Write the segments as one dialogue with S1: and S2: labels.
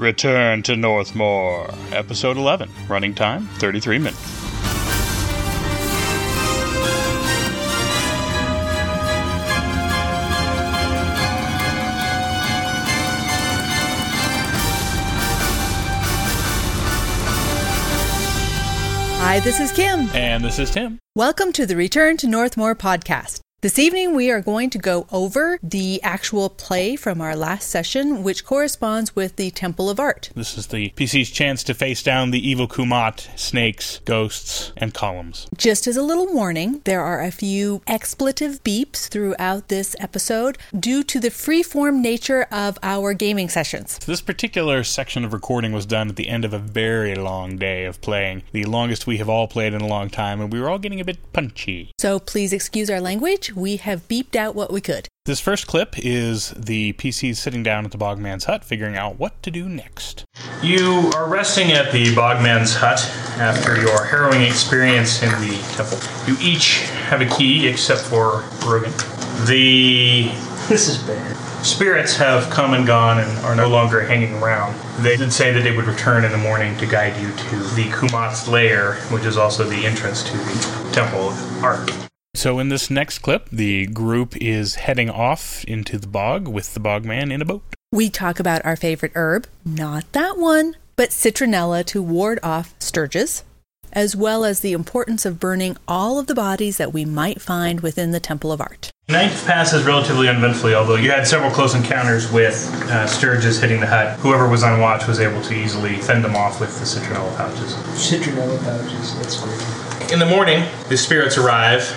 S1: Return to Northmore, Episode 11, running time 33 minutes.
S2: Hi, this is Kim.
S1: And this is Tim.
S2: Welcome to the Return to Northmore podcast. This evening, we are going to go over the actual play from our last session, which corresponds with the Temple of Art.
S1: This is the PC's chance to face down the evil Kumat, snakes, ghosts, and columns.
S2: Just as a little warning, there are a few expletive beeps throughout this episode due to the freeform nature of our gaming sessions.
S1: This particular section of recording was done at the end of a very long day of playing, the longest we have all played in a long time, and we were all getting a bit punchy.
S2: So please excuse our language. We have beeped out what we could.
S1: This first clip is the PCs sitting down at the Bogman's hut, figuring out what to do next.
S3: You are resting at the Bogman's hut after your harrowing experience in the temple. You each have a key except for Rogan. The
S4: This is bad.
S3: spirits have come and gone and are no longer hanging around. They did say that they would return in the morning to guide you to the Kumat's lair, which is also the entrance to the Temple of Art.
S1: So, in this next clip, the group is heading off into the bog with the Bogman in a boat.
S2: We talk about our favorite herb, not that one, but citronella to ward off sturges, as well as the importance of burning all of the bodies that we might find within the Temple of Art.
S3: Night passes relatively uneventfully, although you had several close encounters with uh, Sturges hitting the hut. Whoever was on watch was able to easily fend them off with the citronella pouches.
S4: Citronella pouches. That's great.
S3: In the morning, the spirits arrive.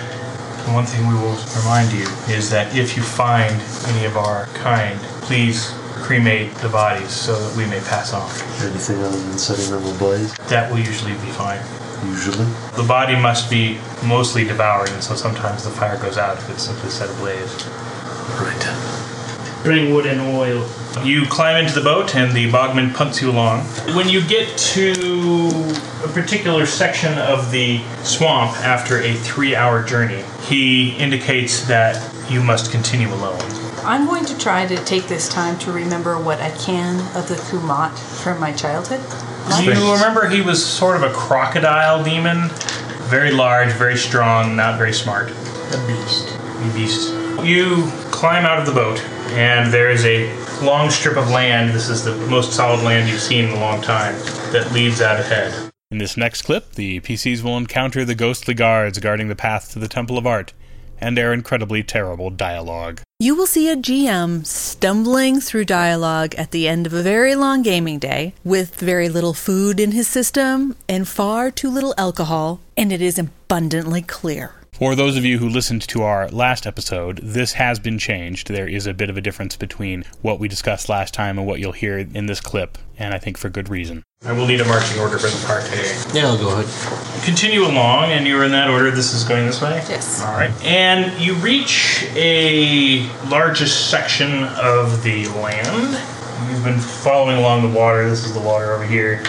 S3: And one thing we will remind you is that if you find any of our kind, please cremate the bodies so that we may pass on.
S5: Anything other than setting them ablaze?
S3: That will usually be fine.
S5: Usually.
S3: The body must be mostly devoured, and so sometimes the fire goes out if it's simply set ablaze.
S5: Right.
S4: Bring wood and oil.
S3: You climb into the boat, and the bogman punts you along. When you get to a particular section of the swamp after a three-hour journey, he indicates that you must continue alone.
S6: I'm going to try to take this time to remember what I can of the Kumat from my childhood.
S3: Do you remember he was sort of a crocodile demon? Very large, very strong, not very smart.
S4: A beast.
S3: You beast. You climb out of the boat, and there is a long strip of land. This is the most solid land you've seen in a long time that leads out ahead.
S1: In this next clip, the PCs will encounter the ghostly guards guarding the path to the Temple of Art and their incredibly terrible dialogue.
S2: You will see a GM stumbling through dialogue at the end of a very long gaming day with very little food in his system and far too little alcohol, and it is abundantly clear.
S1: For those of you who listened to our last episode, this has been changed. There is a bit of a difference between what we discussed last time and what you'll hear in this clip, and I think for good reason.
S3: I will need a marching order for the party.
S5: Yeah, I'll go ahead.
S3: continue along, and you're in that order. This is going this way?
S6: Yes.
S3: All right. And you reach a largest section of the land. You've been following along the water. This is the water over here.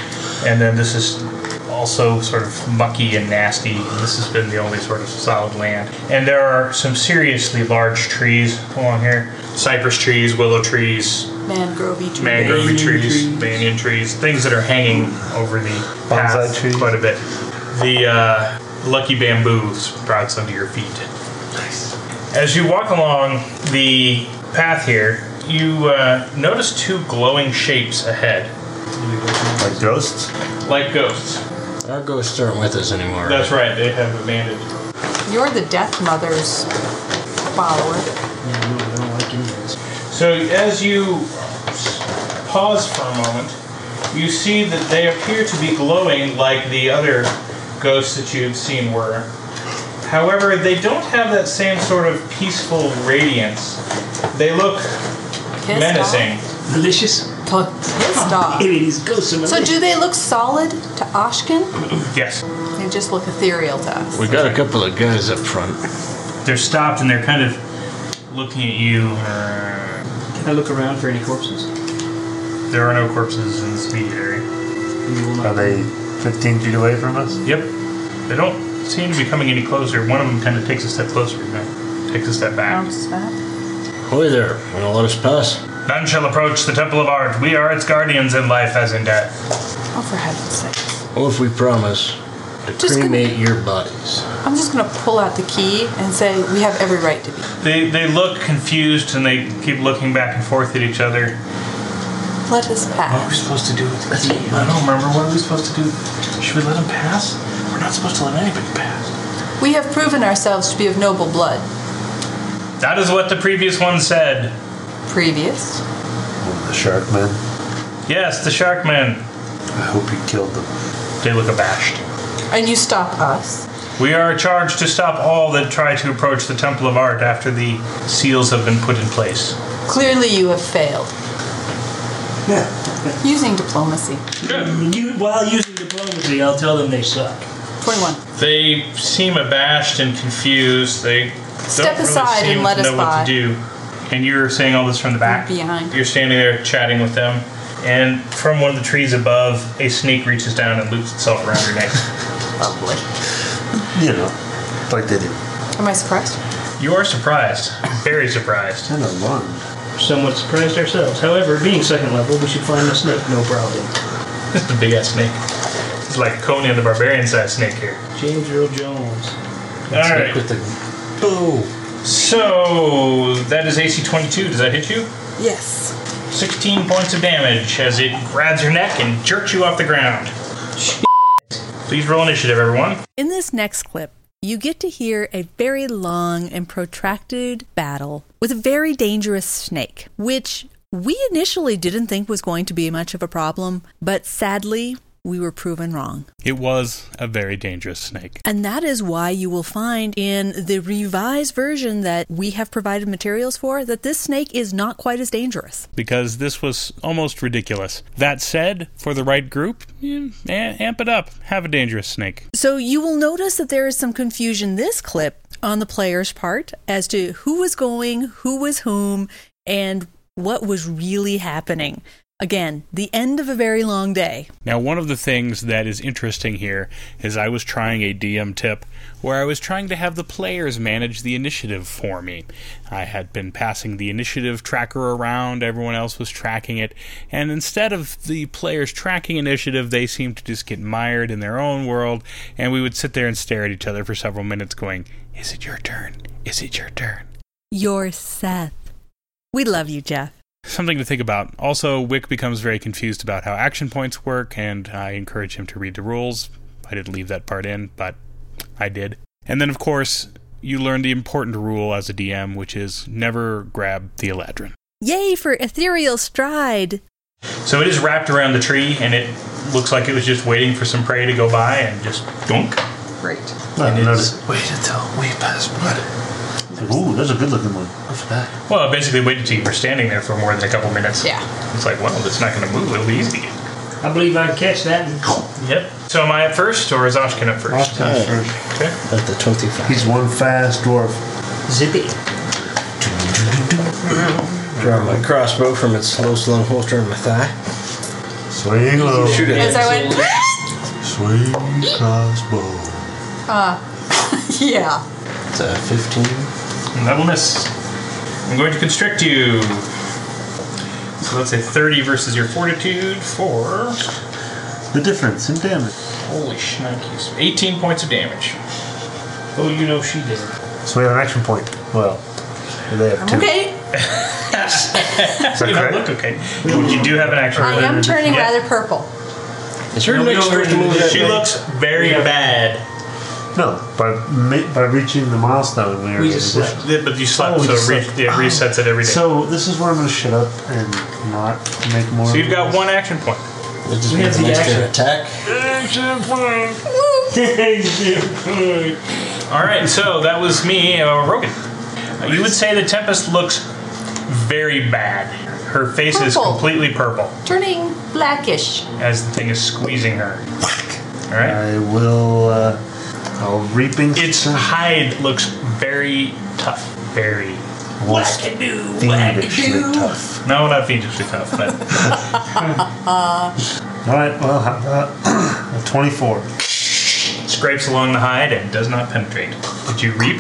S3: And then this is also sort of mucky and nasty. This has been the only sort of solid land. And there are some seriously large trees along here cypress trees, willow trees,
S6: Mangrovey tree.
S3: mangrove
S4: Banyan
S3: trees,
S4: trees.
S3: banyan trees, things that are hanging over the
S5: Bonsai
S3: path
S5: trees.
S3: quite a bit. The uh, lucky bamboo sprouts under your feet. Nice. As you walk along the path here, you uh, notice two glowing shapes ahead,
S5: Like ghosts?
S3: like ghosts.
S5: Our ghosts aren't with us anymore.
S3: That's right, they have abandoned.
S6: You're the Death Mother's follower.
S4: Yeah, no, I don't like any of this.
S3: So as you s- pause for a moment, you see that they appear to be glowing like the other ghosts that you've seen were. However, they don't have that same sort of peaceful radiance. They look
S6: Pissed
S3: menacing.
S4: Malicious.
S6: Off. Pissed off.
S4: It is ghosts of
S6: So do they look solid to Oshkin?
S3: Yes.
S6: They just look ethereal to us.
S5: We got a couple of guys up front.
S3: They're stopped and they're kind of looking at you. Uh,
S4: Can I look around for any corpses?
S3: There are no corpses in this immediate area.
S4: You will not-
S5: Are they 15 feet away from us?
S3: Yep. They don't seem to be coming any closer. One of them kind of takes a step closer. Takes a step back.
S6: Arms up.
S5: Hoy there. Want to let us pass?
S3: None shall approach the Temple of Art. We are its guardians in life as in death.
S6: Oh, for heaven's sake.
S5: Well, if we promise to
S6: Just gonna-
S5: cremate your bodies.
S6: I'm just gonna pull out the key and say we have every right to be.
S3: They, they look confused and they keep looking back and forth at each other.
S6: Let us
S3: What are we
S6: pass.
S3: supposed to do with the key? I don't remember. What are we supposed to do? Should we let him pass? We're not supposed to let anybody pass.
S6: We have proven ourselves to be of noble blood.
S3: That is what the previous one said.
S6: Previous.
S5: The shark man.
S3: Yes, the shark man.
S5: I hope you killed them.
S3: They look abashed.
S6: And you stop us.
S3: We are charged to stop all that try to approach the Temple of Art after the seals have been put in place.
S6: Clearly you have failed. Using diplomacy.
S4: You, while using diplomacy, I'll tell them they suck.
S6: 21.
S3: They seem abashed and confused. They
S6: Step
S3: don't
S6: aside
S3: really
S6: and
S3: seem
S6: let
S3: to
S6: us
S3: know what
S6: by.
S3: to do. And you're saying all this from the back.
S6: Behind.
S3: You're standing there chatting with them, and from one of the trees above, a snake reaches down and loops itself around your neck.
S6: Lovely.
S5: You know, like they do.
S6: Am I surprised?
S3: You are surprised, very surprised.
S5: And alarmed.
S4: Somewhat surprised ourselves. However, being second level, we should find the snake, no problem.
S3: This is a big ass snake. It's like Conan the Barbarian sized snake here.
S4: James Earl Jones.
S3: All right.
S5: With the boo.
S3: So that is AC 22. Does that hit you?
S6: Yes.
S3: 16 points of damage as it grabs your neck and jerks you off the ground. Please roll initiative, everyone.
S2: In this next clip, you get to hear a very long and protracted battle with a very dangerous snake, which we initially didn't think was going to be much of a problem, but sadly, we were proven wrong.
S1: It was a very dangerous snake.
S2: And that is why you will find in the revised version that we have provided materials for that this snake is not quite as dangerous.
S1: because this was almost ridiculous. That said, for the right group, eh, amp it up. Have a dangerous snake.
S2: So you will notice that there is some confusion this clip on the player's part as to who was going, who was whom, and what was really happening. Again, the end of a very long day.
S1: Now, one of the things that is interesting here is I was trying a DM tip where I was trying to have the players manage the initiative for me. I had been passing the initiative tracker around, everyone else was tracking it, and instead of the players tracking initiative, they seemed to just get mired in their own world, and we would sit there and stare at each other for several minutes going, Is it your turn? Is it your turn?
S2: You're Seth. We love you, Jeff.
S1: something to think about. Also, Wick becomes very confused about how action points work, and I encourage him to read the rules. I didn't leave that part in, but I did. And then, of course, you learn the important rule as a DM, which is never grab the Eladrin.
S2: Yay for ethereal stride.
S3: So it is wrapped around the tree, and it looks like it was just waiting for some prey to go by and just dunk.
S6: Great.
S5: Not notice.
S7: Wait until we pass by.
S5: Ooh, that's a good looking one.
S7: What's that?
S3: Well, it basically waited until you were standing there for more than a couple minutes.
S6: Yeah.
S3: It's like, well, it's not going to move. It'll be easy.
S4: I believe I can catch that.
S3: Yep. So am I up first, or is Oshkin up first? Okay.
S7: At the 25.
S5: He's one fast dwarf.
S4: Zippy.
S7: Draw my crossbow from its slow slung holster in my thigh.
S5: Swing low.
S7: Shoot it.
S6: As I went,
S5: Swing crossbow.
S6: yeah.
S7: It's a 15.
S3: And that'll miss. I'm going to constrict you. So let's say 30 versus your fortitude for.
S5: The difference in damage.
S3: Holy shnikes. 18 points of damage.
S4: Oh, you know she did.
S5: So we have an action point. Well, they have two.
S6: Okay.
S5: Is that
S3: You don't look
S5: correct?
S3: okay. You do have an action.
S6: I am turning
S3: Yeah.
S6: rather purple.
S7: It's your next turn to move that
S3: She
S7: way.
S3: looks very bad.
S5: No, by ma- by reaching the milestone, we are.
S4: We
S5: in
S4: just
S5: addition.
S3: Yeah, But you slept,
S5: Oh,
S3: so
S5: you
S3: it,
S5: slept.
S3: re- it resets it every day. So,
S5: So this is where I'm going to shut up and not make more.
S3: you've got one action point.
S7: It just
S4: We have
S7: means
S4: the
S7: next
S4: action.
S7: turn attack.
S3: All right, so that was me, uh, Rogan. Uh, You would say the Tempest looks very bad. Her face is
S6: Purple.
S3: completely purple
S6: Turning blackish.
S3: as the thing is squeezing her. All right.
S5: I will. Uh, I'll reaping.
S3: Its hide looks very tough. Very.
S5: do? Fiendishly tough.
S3: No, not fiendishly tough, but
S5: All right. Well, how about a twenty-four?
S3: scrapes along the hide and does not penetrate. Did you reap?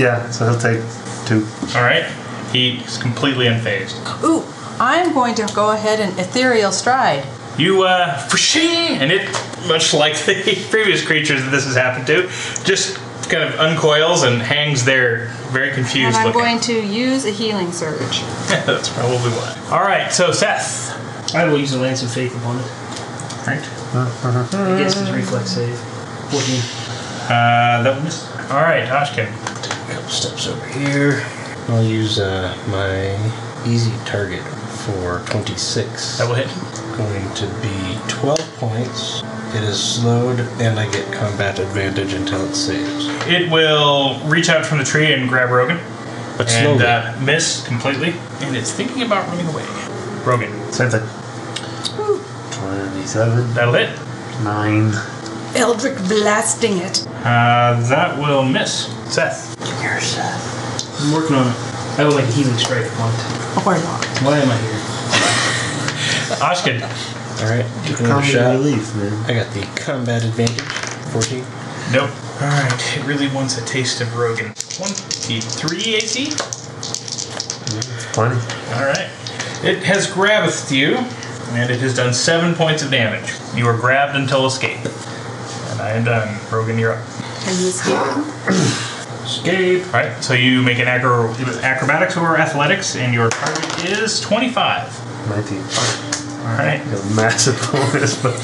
S5: Yeah. So he'll take two.
S3: All right. He is completely unfazed.
S6: Ooh, I'm going to go ahead and ethereal stride.
S3: You, uh, and it, much like the previous creatures that this has happened to, just kind of uncoils and hangs there, very confused
S6: and I'm
S3: looking.
S6: going to use a healing surge.
S3: That's probably why. All right, so Seth.
S4: I will use a Lance of Faith upon it.
S3: Right.
S4: I guess his reflex save. 14.
S3: Uh, that was. All right, Ashkin.
S7: couple steps over here. I'll use uh, my easy target for 26.
S3: That will hit.
S7: going to be 12 points. It is slowed, and I get combat advantage until it saves.
S3: It will reach out from the tree and grab Rogan.
S7: But
S3: and
S7: slowly.
S3: uh, miss completely. And it's thinking about running away. Rogan.
S5: Same thing. 27,
S3: That'll hit.
S5: 9.
S6: Eldrick blasting it.
S3: Uh, that will miss. Seth.
S4: I'm working on it. I would like a healing strike upon it.
S6: Or not.
S4: Why am I here?
S3: Ashkin.
S7: All right, take another
S5: Comedy
S7: shot.
S5: relief, man.
S7: I got the combat advantage. 14.
S3: Nope. All right, it really wants a taste of Rogan. 1d3 AC.
S5: Funny.
S3: All right. It has grabbed you, and it has done seven points of damage. You are grabbed until escape. And I am done. Rogan, you're up.
S6: Can you escape?
S3: Escape. All right, so you make an acro- it was acrobatics or athletics, and your target is 25.
S5: 19.
S3: All right.
S5: Got a massive bonus, but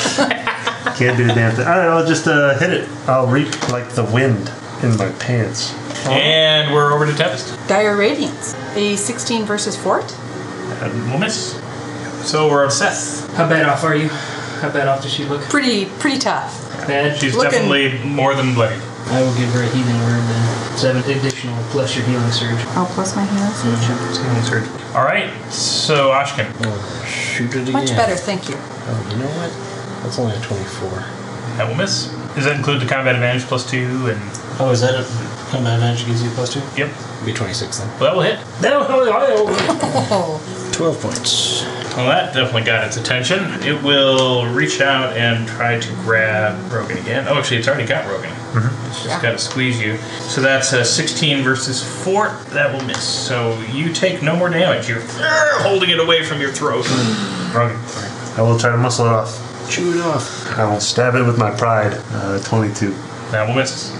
S5: can't do a damn thing. All right, I'll just uh, hit it. I'll reap like the wind in my pants.
S3: And we're over to Tempest.
S6: Dire Radiance. A 16 versus Fort?
S3: And we'll miss. So we're on Seth.
S4: How bad off are you? How bad off does she look?
S6: Pretty, pretty tough.
S4: Bad.
S3: She's
S6: Looking-
S3: definitely more than bloodied.
S4: I will give her a healing word then. Seven additional plus your healing surge.
S6: Oh, plus my healing surge.
S3: All right, so Ashkin.
S7: Oh, shoot it again.
S6: Much better, thank you.
S7: Oh, you know what? That's only a 24.
S3: That will miss. Does that include the combat advantage plus two? And
S7: Oh, is that a combat advantage gives you plus two?
S3: yep,
S7: Be 26 then.
S3: well, that will hit.
S4: No, I
S6: Oh,
S7: 12 points.
S3: Well, that definitely got its attention. It will reach out and try to grab Rogan again. Oh, actually, it's already got Rogan. It's just
S6: Yeah.
S3: got to squeeze you. So that's a 16 versus 4. That will miss. So you take no more damage. You're uh, holding it away from your throat. Rogan.
S5: I will try to muscle it off.
S7: Chew it off.
S5: I will stab it with my pride. Uh, 22.
S3: That will miss.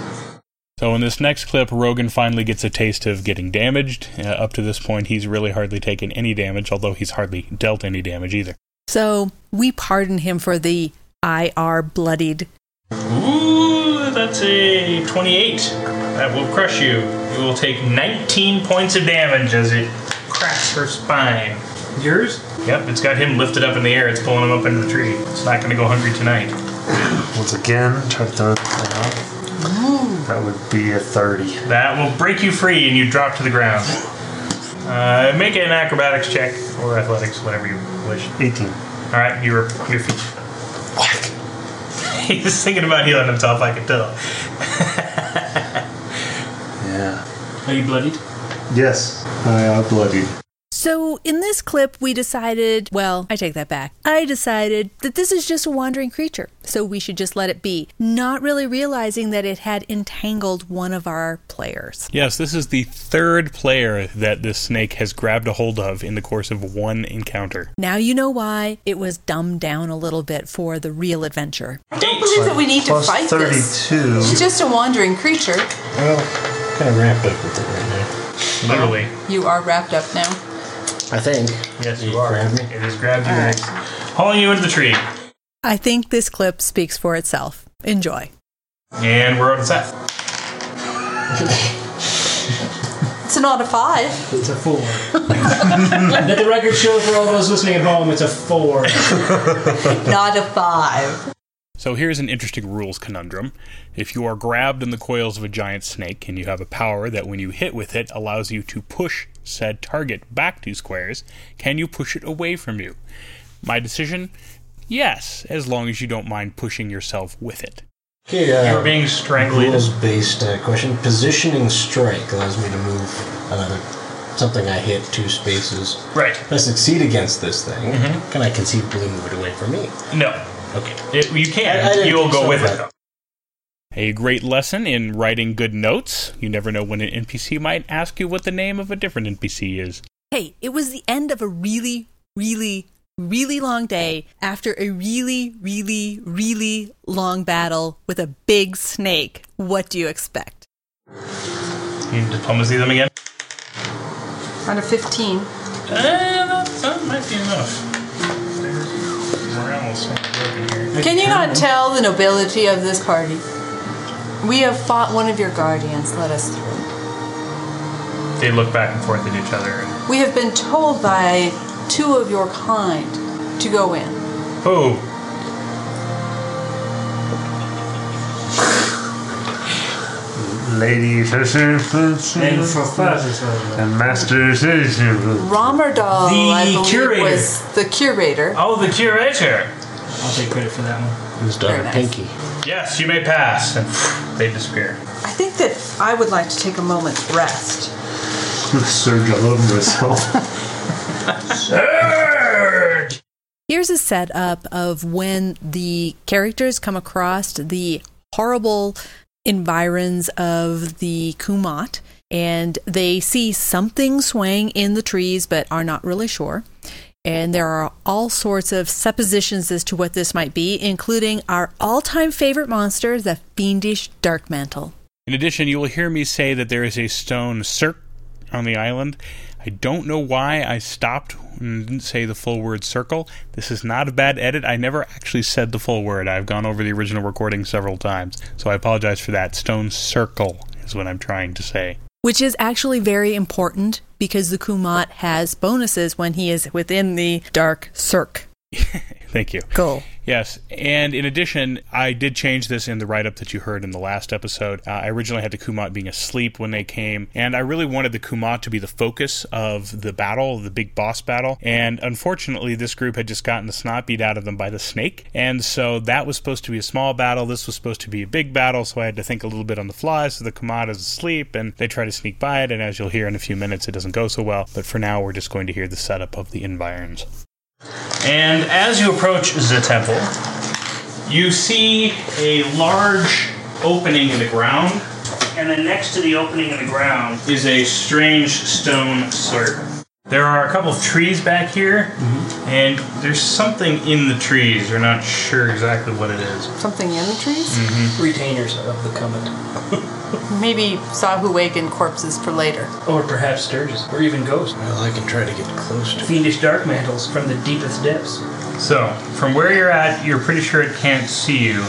S1: So in this next clip, Rogan finally gets a taste of getting damaged. Uh, up to this point, he's really hardly taken any damage, although he's hardly dealt any damage either.
S2: So we pardon him for the I are bloodied.
S3: Ooh, that's a 28. That will crush you. You will take 19 points of damage as it cracks her spine.
S4: will. Yours?
S3: Yep, it's got him lifted up in the air. It's pulling him up into the tree. It's not going to go hungry tonight.
S5: Once again, try to throw the thing off. That would be a 30.
S3: That will break you free and you drop to the ground. Uh, make an acrobatics check or athletics, whatever you wish.
S5: 18.
S3: All right, you're your feet. He's thinking about healing himself. I can tell.
S5: Yeah.
S4: Are you bloodied?
S5: Yes. I are bloody.
S2: So in this clip, we decided, well, I take that back. I decided that this is just a wandering creature, so we should just let it be, not really realizing that it had entangled one of our players.
S1: Yes, this is the third player that this snake has grabbed a hold of in the course of one encounter.
S2: Now you know why it was dumbed down a little bit for the real adventure.
S6: I don't believe that we need to
S5: Plus
S6: fight this.
S5: 32.
S6: She's just a wandering creature.
S7: Well, kind of wrapped up with it right now.
S3: Literally.
S6: You are wrapped up now.
S7: I think.
S3: Yes,
S7: You
S3: you are.
S7: grabbed me?
S3: It has grabbed you, next. hauling you into the tree,
S2: I think this clip speaks for itself. Enjoy.
S3: and we're on Seth.
S6: It's an odd of five.
S4: It's a four. Let the record show for all those listening at home, it's a four.
S6: Not a five.
S1: So here's an interesting rules conundrum. If you are grabbed in the coils of a giant snake and you have a power that when you hit with it allows you to push said target back two squares, can you push it away from you? My decision? Yes, as long as you don't mind pushing yourself with it.
S7: Okay,
S3: You're
S7: uh,
S3: being strangled.
S7: rules based uh, question. Positioning strike allows me to move another something I hit two spaces.
S3: Right.
S7: If I succeed against this thing,
S5: Mm-hmm.
S7: can I conceivably move it away from me?
S3: No.
S7: Okay.
S3: It, you
S7: I- I
S3: can.
S7: didn't
S3: You'll
S7: think
S3: go
S7: so,
S3: with it.
S7: but-
S1: A great lesson in writing good notes. You never know when an NPC might ask you what the name of a different NPC is.
S2: Hey, it was the end of a really, really, really long day after a really, really, really long battle with a big snake. What do you expect?
S3: You need diplomacy them again?
S6: On a 15.
S3: Eh, that, that might be enough. Morale's not broken here.
S6: Can you not tell the nobility of this party? We have fought one of your guardians. Let us through.
S3: They look back and forth at each other.
S6: We have been told by two of your kind to go in.
S3: Who?
S5: Lady
S4: And for
S5: and
S4: five, it's not enough.
S5: Master
S6: Romerdahl,
S3: The
S6: I believe,
S3: curator.
S6: was the curator.
S3: Oh, the curator.
S4: I'll take credit for that one.
S7: Who's daughter
S6: Very nice.
S7: Pinky?
S3: Yes, you may pass. And they disappear.
S6: I think that I would like to take a moment's rest.
S5: Surge all over myself.
S3: Urge!
S2: Here's a setup of when the characters come across the horrible environs of the Kumat and they see something swaying in the trees but are not really sure. And there are all sorts of suppositions as to what this might be, including our all time favorite monster, the fiendish Dark Mantle.
S1: In addition, you will hear me say that there is a stone cirque on the island. I don't know why I stopped and didn't say the full word circle. This is not a bad edit. I never actually said the full word. I've gone over the original recording several times, so I apologize for that. Stone circle is what I'm trying to say.
S2: which is actually very important because the Kumat has bonuses when he is within the dark circle.
S1: Thank you. Yes, and in addition, I did change this in the write up that you heard in the last episode. Uh, I originally had the Kumat being asleep when they came, and I really wanted the Kumat to be the focus of the battle, the big boss battle. And unfortunately, this group had just gotten the snot beat out of them by the snake, and so that was supposed to be a small battle. This was supposed to be a big battle, so I had to think a little bit on the fly. So the Kumat is asleep, and they try to sneak by it, and as you'll hear in a few minutes, it doesn't go so well. But for now, we're just going to hear the setup of the environs.
S3: And as you approach the temple, you see a large opening in the ground
S4: And then next to the opening in the ground,
S3: is a strange stone circle. There are a couple of trees back here, and there's something in the trees. We're not sure exactly what it is.
S6: Something in the trees?
S4: retainers of the comet.
S6: Maybe Sahuagin corpses for later.
S4: Or perhaps Sturgis. Or even ghosts.
S7: Well, I can try to get close to
S4: Fiendish dark mantles from the deepest depths.
S3: So, from where you're at, you're pretty sure it can't see you.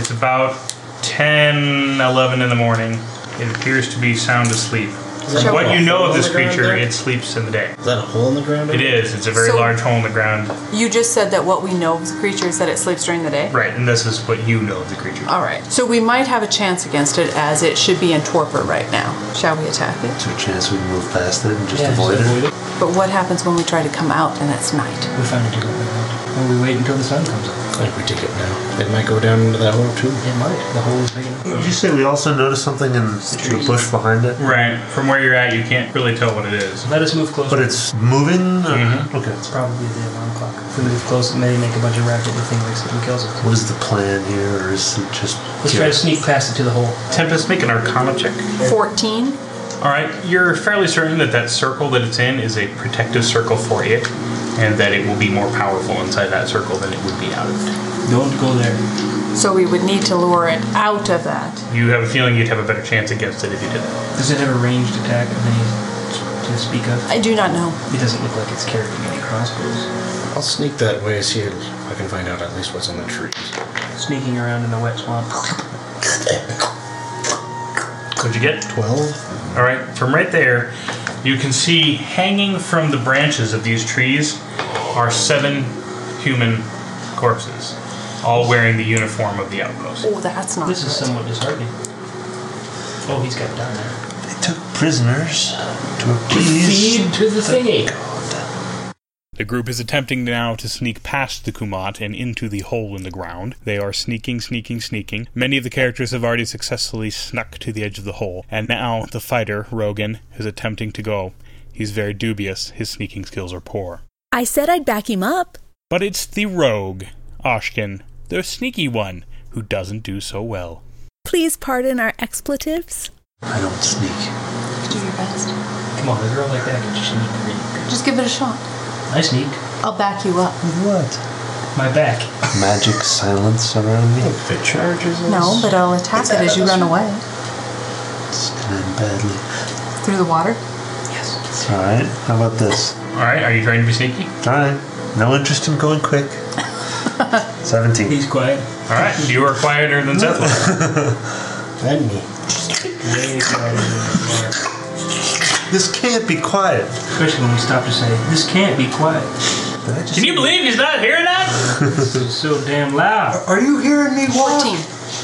S3: It's about 10, 11 in the morning. It appears to be sound asleep.
S6: that
S3: From what you know of this creature, it sleeps in the day.
S7: Is that a hole in the ground?
S3: It is. It's a very
S6: So-
S3: large hole in the ground.
S6: You just said that what we know of the creature is that it sleeps during the day?
S3: Right, and this is what you know of the creature.
S6: All right. So we might have a chance against it as it should be in torpor right now. Shall we attack it?
S5: So chance we move past it and just avoid it.
S6: But what happens when we try to come out and it's night?
S4: We find a different ground. Or we wait until the sun comes up.
S7: Like we take it now. It might go down into that hole too.
S4: It might. The hole is big enough.
S5: Did you say we also noticed something in the bush behind it?
S3: Right, from where you're at, you can't really tell what it is.
S4: Let us move closer.
S5: But it's moving? or- Okay.
S4: probably the alarm clock. If we move close, it may make a bunch of racket and the thing wakes up and kills us.
S5: What is the plan here? Or is it just.
S4: Let's try to sneak past it to the hole.
S3: Tempest, make an arcana check.
S6: 14?
S3: All right, you're fairly certain that that circle that it's in is a protective circle for it, and that it will be more powerful inside that circle than it would be out of it.
S4: Don't go there.
S6: So we would need to lure it out of that.
S3: You have a feeling you'd have a better chance against it if you did that.
S4: Does it have a ranged attack of any to speak of?
S6: I do not know.
S4: It doesn't look like it's carrying any crossbows.
S7: I'll sneak that way, see if I can find out at least what's in the trees.
S4: Sneaking around in the wet swamp.
S3: What'd you get?
S7: Twelve?
S3: All right, from right there, you can see hanging from the branches of these trees are seven human corpses, all wearing the uniform of the outpost.
S6: Oh, that's not.
S4: This is
S6: good.
S4: somewhat disheartening. Oh, he's got down there.
S5: They took prisoners to appease.
S4: to the thingy.
S1: The group is attempting now to sneak past the Kumat and into the hole in the ground. They are sneaking, sneaking, sneaking. Many of the characters have already successfully snuck to the edge of the hole, and now the fighter, Rogan, is attempting to go. He's very dubious. His sneaking skills are poor.
S2: I said I'd back him up.
S1: But it's the rogue, Oshkin, the sneaky one, who doesn't do so well.
S2: Please pardon our expletives.
S5: I don't sneak.
S6: Do your best.
S4: Come on, a girl like that can just sneak. really good.
S6: Just give it a shot.
S4: I sneak.
S6: I'll back you up.
S5: What?
S4: My back.
S5: Magic silence around me.
S7: If it charges us.
S6: No, but I'll attack it as you run away
S5: It's gonna end badly.
S6: through the water.
S5: It's alright. How about this?
S3: Alright, are you trying to be sneaky?
S5: Alright. No interest in going quick. 17.
S4: He's quiet.
S3: Alright, you are quieter than Seth was.
S7: Let me.
S4: Way quieter than you are.
S5: This can't be quiet.
S4: Especially when we stop to say, this can't be quiet.
S5: Did I just
S3: Can you believe he's not hearing that?
S4: This is so damn loud.
S5: Are you hearing me? What?
S6: 14.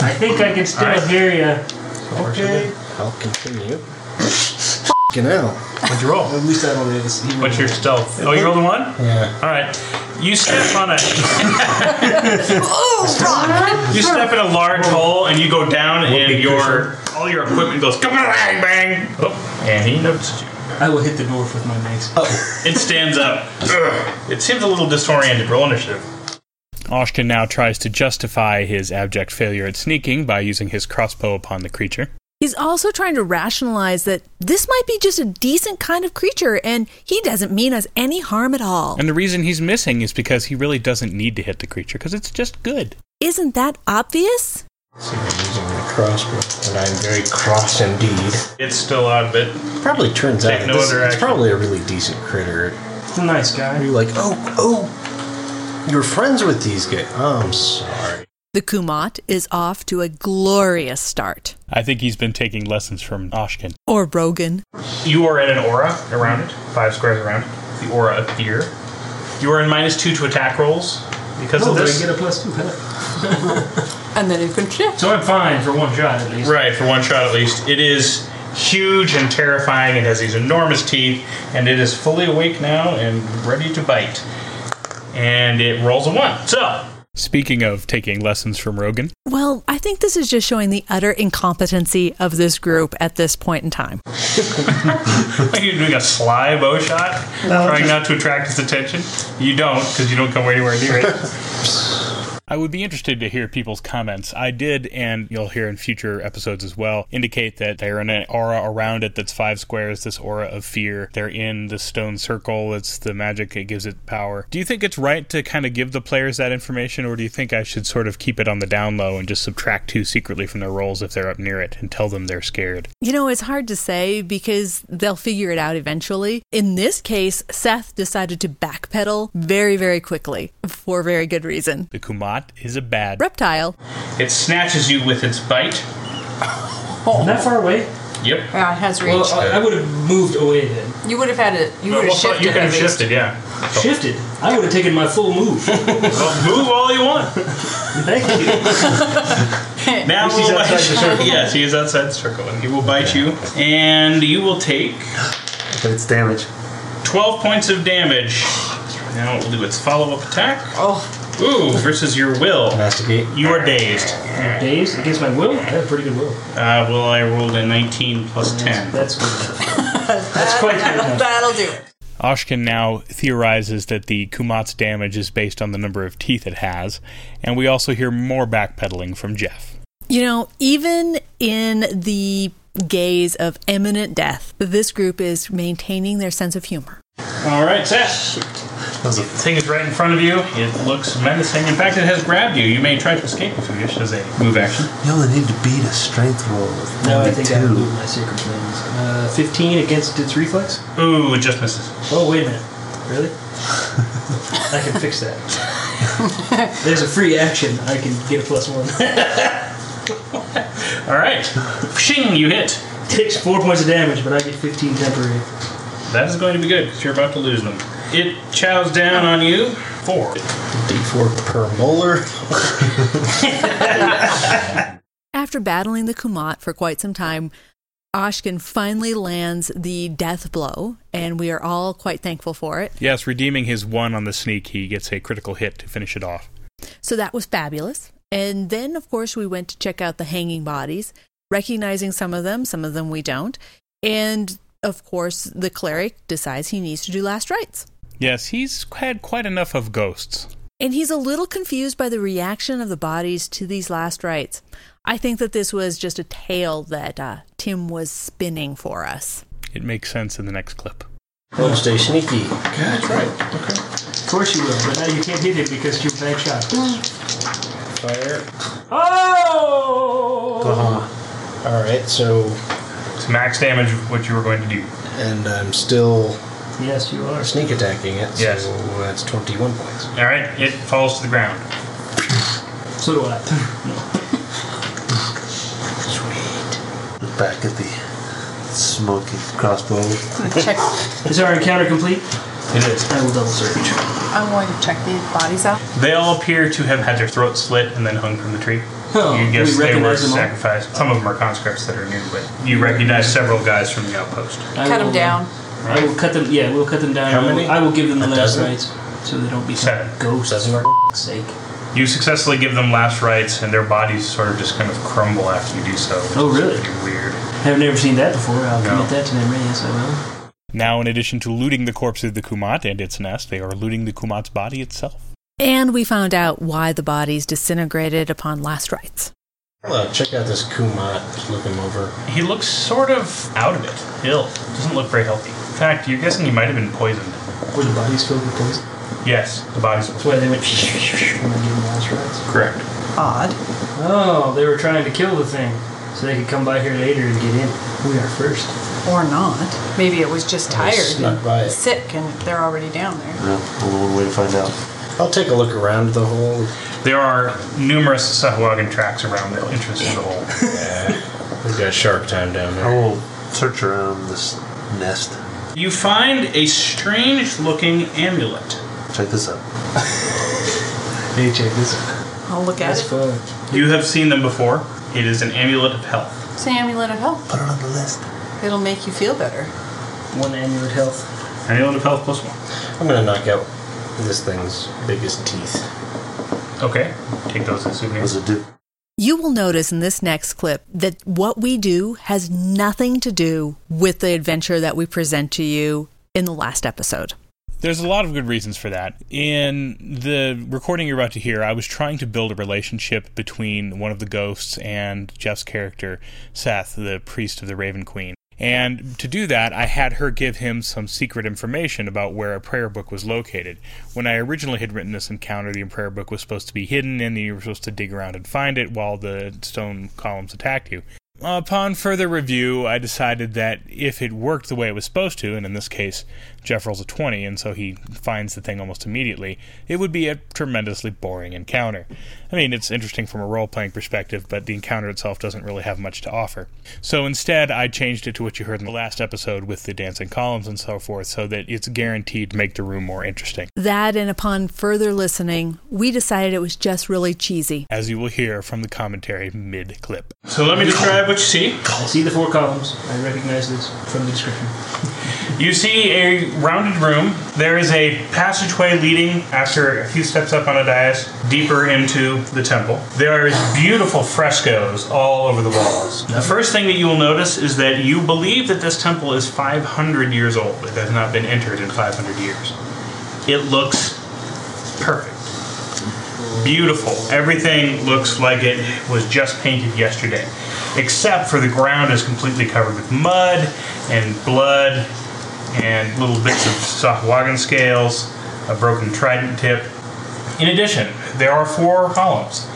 S4: I think I can still
S3: Alright.
S4: hear you.
S5: Okay.
S7: I'll continue. Fucking hell.
S3: What'd you roll?
S7: At least I don't have this.
S3: What's your stealth? Oh, you rolled a one?
S7: Yeah.
S3: Alright. You step on a
S6: Ooh, rock!
S3: you step in a large hole and you go down and your all your equipment goes bang bang. Oh, and he notices you.
S4: I will hit the dwarf with my mace.
S3: It stands up. Ugh. It seems a little disoriented. Roll initiative.
S1: Austin now tries to justify his abject failure at sneaking by using his crossbow upon the creature.
S2: He's also trying to rationalize that this might be just a decent kind of creature and he doesn't mean us any harm at all.
S1: And the reason he's missing is because he really doesn't need to hit the creature because it's just good.
S2: Isn't that obvious?
S7: So you're using the crossbow, and I'm very cross indeed.
S3: It's still out of it.
S7: Probably turns
S3: Take
S7: out
S3: no
S7: this,
S3: other
S7: it's
S3: action.
S7: probably a really decent critter.
S4: It's a nice guy.
S7: You're like, oh, oh, you're friends with these guys. Oh, I'm sorry.
S2: The Kumat is off to a glorious start.
S1: I think he's been taking lessons from Oshkin.
S2: Or Rogan.
S3: You are at an aura around it, five squares around it. The aura of fear. You are in minus two to attack rolls because
S4: Oh,
S3: of
S4: then
S3: this.
S4: I get a plus two huh?
S6: And then you can shift.
S4: So I'm fine for one shot at least.
S3: Right, for one shot at least. It is huge and terrifying. It has these enormous teeth, and it is fully awake now and ready to bite. And it rolls a one. So,
S1: Speaking of taking lessons from Rogan,
S2: Well, I think this is just showing the utter incompetency of this group at this point in time.
S3: are you doing a sly bow shot? trying not to attract his attention? You don't, because you don't come anywhere near it.
S1: I would be interested to hear people's comments. I did, and you'll hear in future episodes as well, indicate that they're in an aura around it that's five squares, this aura of fear. They're in the stone circle. It's the magic that gives it power. Do you think it's right to kind of give the players that information, or do you think I should sort of keep it on the down low and just subtract two secretly from their rolls if they're up near it and tell them they're scared?
S2: You know, it's hard to say because they'll figure it out eventually. In this case, Seth decided to backpedal very, very quickly for very good reason.
S1: The Kumat is a bad.
S2: Reptile.
S3: It snatches you with its bite.
S4: Isn't that far away?
S3: Yep.
S6: Yeah, it has reach.
S4: Well, I, I would have moved away then.
S6: you would have had it. You would have shifted.
S3: you could have
S6: at least.
S3: shifted, yeah.
S4: Shifted. I would have taken my full move.
S3: Well, move all you want.
S4: Thank you.
S3: Now
S5: least he's
S3: we'll
S5: outside the circle.
S3: Yes, he is outside the circle, and he will bite you. And you will take
S5: But it's damage.
S3: 12 points of damage. Now it will do its follow up attack.
S6: Oh,
S3: Ooh, versus your will.
S7: Investigate.
S3: You are dazed.
S4: Dazed against my will? I have pretty good will.
S3: Uh, well, I rolled a 19 plus 10.
S4: That's good enough. That's quite good enough.
S6: that'll do it.
S1: Oshkin now theorizes that the Kumat's damage is based on the number of teeth it has, and we also hear more backpedaling from Jeff.
S2: You know, even in the gaze of imminent death, this group is maintaining their sense of humor.
S3: All right, Seth. The thing is right in front of you. It looks menacing. In fact, it has grabbed you. You may try to escape if you wish as a move action.
S5: You only need to beat a strength roll of
S4: No, I think I blew
S5: 92.
S4: my secret things. Uh, 15 against its reflex?
S3: Ooh, it just misses.
S4: Oh, wait a minute. Really? I can fix that. There's a free action. I can get a plus one.
S3: All right. Shing, you hit.
S4: Takes four points of damage, but I get 15 temporary.
S3: That is going to be good because you're about to lose them. It chows down on you. Four.
S7: D4 per molar.
S2: After battling the Kumat for quite some time, Oshkin finally lands the death blow, and we are all quite thankful for it.
S1: Yes, redeeming his one on the sneak, he gets a critical hit to finish it off.
S2: So that was fabulous. And then, of course, we went to check out the hanging bodies, recognizing some of them, some of them we don't. And, of course, the cleric decides he needs to do last rites.
S1: Yes, he's had quite enough of ghosts.
S2: And he's a little confused by the reaction of the bodies to these last rites. I think that this was just a tale that uh, Tim was spinning for us.
S1: It makes sense in the next clip.
S7: Don't stay sneaky.
S4: course you will, but now you can't hit it because you're back shot.
S7: Fire.
S4: Oh!
S7: All right. So,
S3: It's max damage of what you were going to do.
S7: and I'm still
S4: Yes, you are.
S7: sneak attacking it. So
S3: Yes.
S7: that's 21 points.
S3: All right, it falls to the ground.
S4: So do I.
S5: Back at the smoking crossbow.
S6: Check.
S4: Is our encounter complete?
S3: It is.
S4: I will double search.
S6: I'm going to check these bodies out.
S3: They all appear to have had their throats slit and then hung from the tree.
S4: Oh,
S3: you
S4: do
S3: guess
S4: we
S3: they were
S4: recognize them all?
S3: sacrificed. Some of them are conscripts that are new, but you recognize several guys from the outpost.
S4: I
S6: Cut
S4: will,
S6: them
S4: uh,
S6: down.
S4: I will cut them. Yeah, we'll cut them down.
S7: How
S4: I will-
S7: many?
S4: I will give them the
S7: A
S4: last
S7: dozen?
S4: rites, so they don't become
S3: Seven.
S4: ghosts.
S7: Dozen
S4: for
S7: or-
S4: f***'s sake.
S3: You successfully give them last rites, and their bodies sort of just kind of crumble after you do so.
S4: Oh, really?
S3: It's pretty weird.
S4: I've never seen that before. I'll
S3: No.
S4: commit that to memory. Yes, I will.
S1: Now, in addition to looting the corpse of the Kumat and its nest, they are looting the Kumat's body itself.
S2: And we found out why the bodies disintegrated upon last rites.
S7: Well, check out this Kumat. Just look him over.
S3: He looks sort of out of it, ill. Doesn't look very healthy. In fact, you're guessing he might have been poisoned.
S4: Were the bodies filled with poison?
S3: Yes, the body's
S4: That's why they went. when I gave them last rites.
S3: correct.
S6: Odd.
S4: Oh, they were trying to kill the thing, so they could come by here later and get in. We are first.
S6: Or not. Maybe it was just
S7: I
S6: tired.
S7: was Snuck
S6: and
S7: by it.
S6: Sick and they're already down there.
S5: Yeah, only one way to find out.
S7: I'll take a look around the whole.
S3: There are numerous Sahuagin tracks around the entrance to the hole.
S7: We've got Shark Time down
S5: I
S7: there.
S5: will search around this nest.
S3: You find a strange looking amulet.
S5: Check this out.
S4: Hey, check this. out.
S6: I'll look at
S4: That's
S6: it.
S4: fun.
S3: You have seen them before. It is an amulet of health.
S6: It's an amulet of health.
S5: Put it on the list.
S6: It'll make you feel better.
S4: One amulet health.
S3: Amulet of health plus one.
S7: I'm gonna knock out this thing's biggest teeth.
S3: Okay, take those as
S5: What does
S3: souvenirs.
S5: it do?
S2: You will notice in this next clip that what we do has nothing to do with the adventure that we present to you in the last episode.
S1: There's a lot of good reasons for that. In the recording you're about to hear, I was trying to build a relationship between one of the ghosts and Jeff's character, Seth, the priest of the Raven Queen. And to do that, I had her give him some secret information about where a prayer book was located. When I originally had written this encounter, the prayer book was supposed to be hidden, and you were supposed to dig around and find it while the stone columns attacked you. Upon further review, I decided that if it worked the way it was supposed to, and in this case, Jeff rolls a 20, and so he finds the thing almost immediately, it would be a tremendously boring encounter. I mean, it's interesting from a role playing perspective, but the encounter itself doesn't really have much to offer. So instead, I changed it to what you heard in the last episode with the dancing columns and so forth, so that it's guaranteed to make the room more interesting.
S2: That, and upon further listening, we decided it was just really cheesy.
S1: As you will hear from the commentary mid clip.
S3: So let me describe what you see.
S4: I see the four columns. I recognize this from the description.
S3: You see a rounded room. There is a passageway leading, after a few steps up on a dais, deeper into the temple. There is beautiful frescoes all over the walls. The first thing that you will notice is that you believe that this temple is 500 years old. It has not been entered in 500 years. It looks perfect. Beautiful. Everything looks like it was just painted yesterday, except for the ground is completely covered with mud and blood and little bits of soft wagon scales, a broken trident tip. In addition, there are four columns.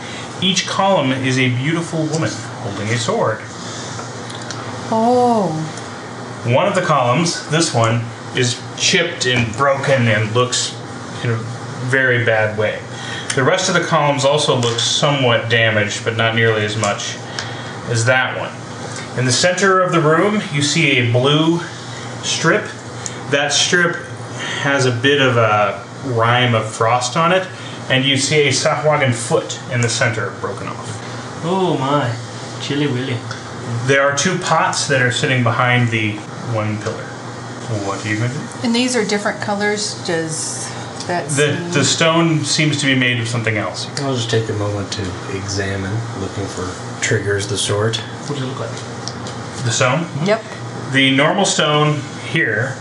S3: Each column is a beautiful woman holding a sword.
S6: Oh.
S3: One of the columns, this one, is chipped and broken and looks in a very bad way. The rest of the columns also look somewhat damaged, but not nearly as much as that one. In the center of the room, you see a blue strip. That strip has a bit of a rime of frost on it, and you see a Sahuagin foot in the center broken off.
S4: Oh my, chilly willy.
S3: There are two pots that are sitting behind the one pillar. What are you going to do?
S6: And these are different colors. Does that
S3: The,
S6: seem-
S3: the stone seems to be made of something else.
S7: I'll just take a moment to examine, looking for triggers the sort.
S4: What does it look like?
S3: The stone?
S6: Yep.
S3: The normal stone here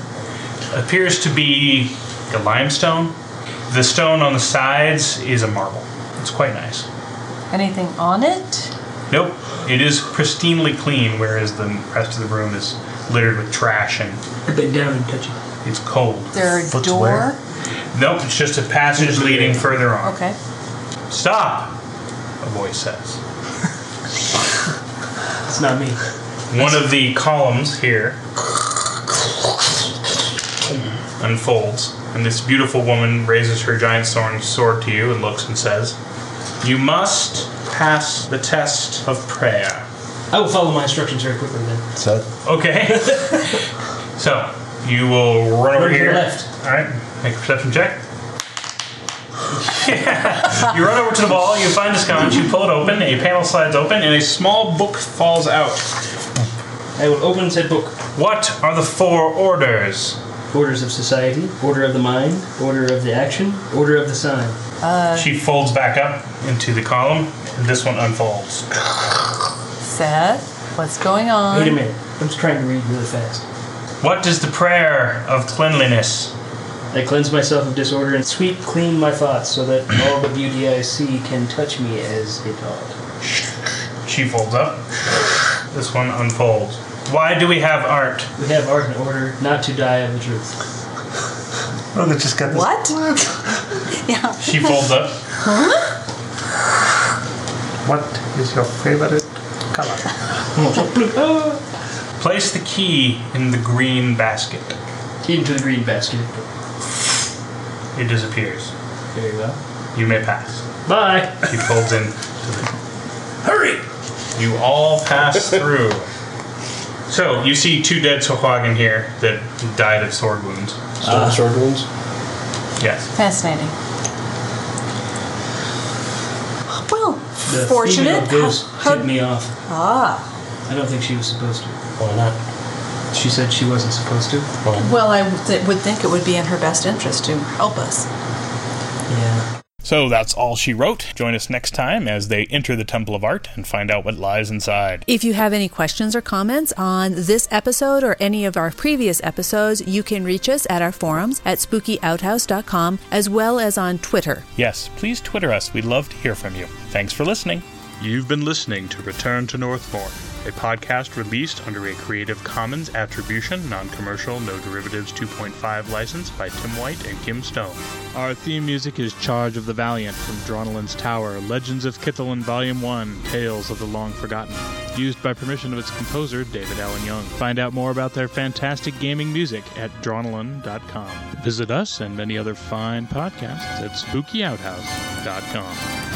S3: appears to be a limestone. The stone on the sides is a marble. It's quite nice.
S6: Anything on it?
S3: Nope, it is pristinely clean, whereas the rest of the room is littered with trash and
S4: I bend down and touch it.
S3: It's cold.
S6: There a
S5: Foot's
S6: door?
S5: where?
S3: Nope, it's just a passage leading further on.
S6: Okay.
S3: Stop! A voice says.
S4: It's not me.
S3: One of the columns here unfolds, and this beautiful woman raises her giant soaring sword to you and looks and says, You must pass the test of prayer.
S4: I will follow my instructions very quickly then.
S5: So
S3: Okay. so, you will run over
S4: Run to
S3: here.
S4: the left.
S3: Alright, make a perception check. you run over to the wall, you find the sconce, you pull it open, a panel slides open, and a small book falls out.
S4: I will open said book.
S3: What are the four orders?
S4: Orders of society, order of the mind, order of the action, order of the sign.
S3: She folds back up into the column, and this one unfolds.
S6: Seth, what's going
S4: Wait a
S6: on?
S4: minute. I'm just trying to read really fast.
S3: What is the prayer of cleanliness?
S4: I cleanse myself of disorder and sweep clean my thoughts so that all the beauty I see can touch me as it ought.
S3: She folds up. This one unfolds. Why do we have art?
S4: We have art and order not to die of the truth.
S5: oh, they just got this.
S6: What? yeah.
S3: She folds up.
S5: What is your favorite color?
S4: Ah!
S3: Place the key in the green basket.
S4: Key into the green basket.
S3: It disappears.
S4: Very well.
S3: You may pass.
S4: Bye.
S3: She folds in. Hurry! You all pass through. So, you see two dead Sohagen here that died of sword wounds.
S7: Still sword wounds?
S3: Yes.
S6: Fascinating. Well,
S4: The
S6: fortunate.
S4: female ghost
S6: How-
S4: tipped me off.
S6: ah.
S4: I don't think she was supposed to.
S7: Why not?
S4: She said she wasn't supposed to.
S6: Well, I th- would think it would be in her best interest to help us.
S4: Yeah.
S1: So that's all she wrote. Join us next time as they enter the Temple of Art and find out what lies inside.
S2: If you have any questions or comments on this episode or any of our previous episodes, you can reach us at our forums at spookyouthouse.com as well as on Twitter.
S1: Yes, please Twitter us. We'd love to hear from you. Thanks for listening. You've been listening to Return to Northmore, a podcast released under a Creative Commons Attribution, Non Commercial, No Derivatives 2.5 license by Tim White and Kim Stone.
S8: Our theme music is Charge of the Valiant from Dronelin's Tower, Legends of Kithlin Volume 1, Tales of the Long Forgotten, used by permission of its composer, David Allen Young. Find out more about their fantastic gaming music at dronelin.com. Visit us and many other fine podcasts at spookyouthouse.com.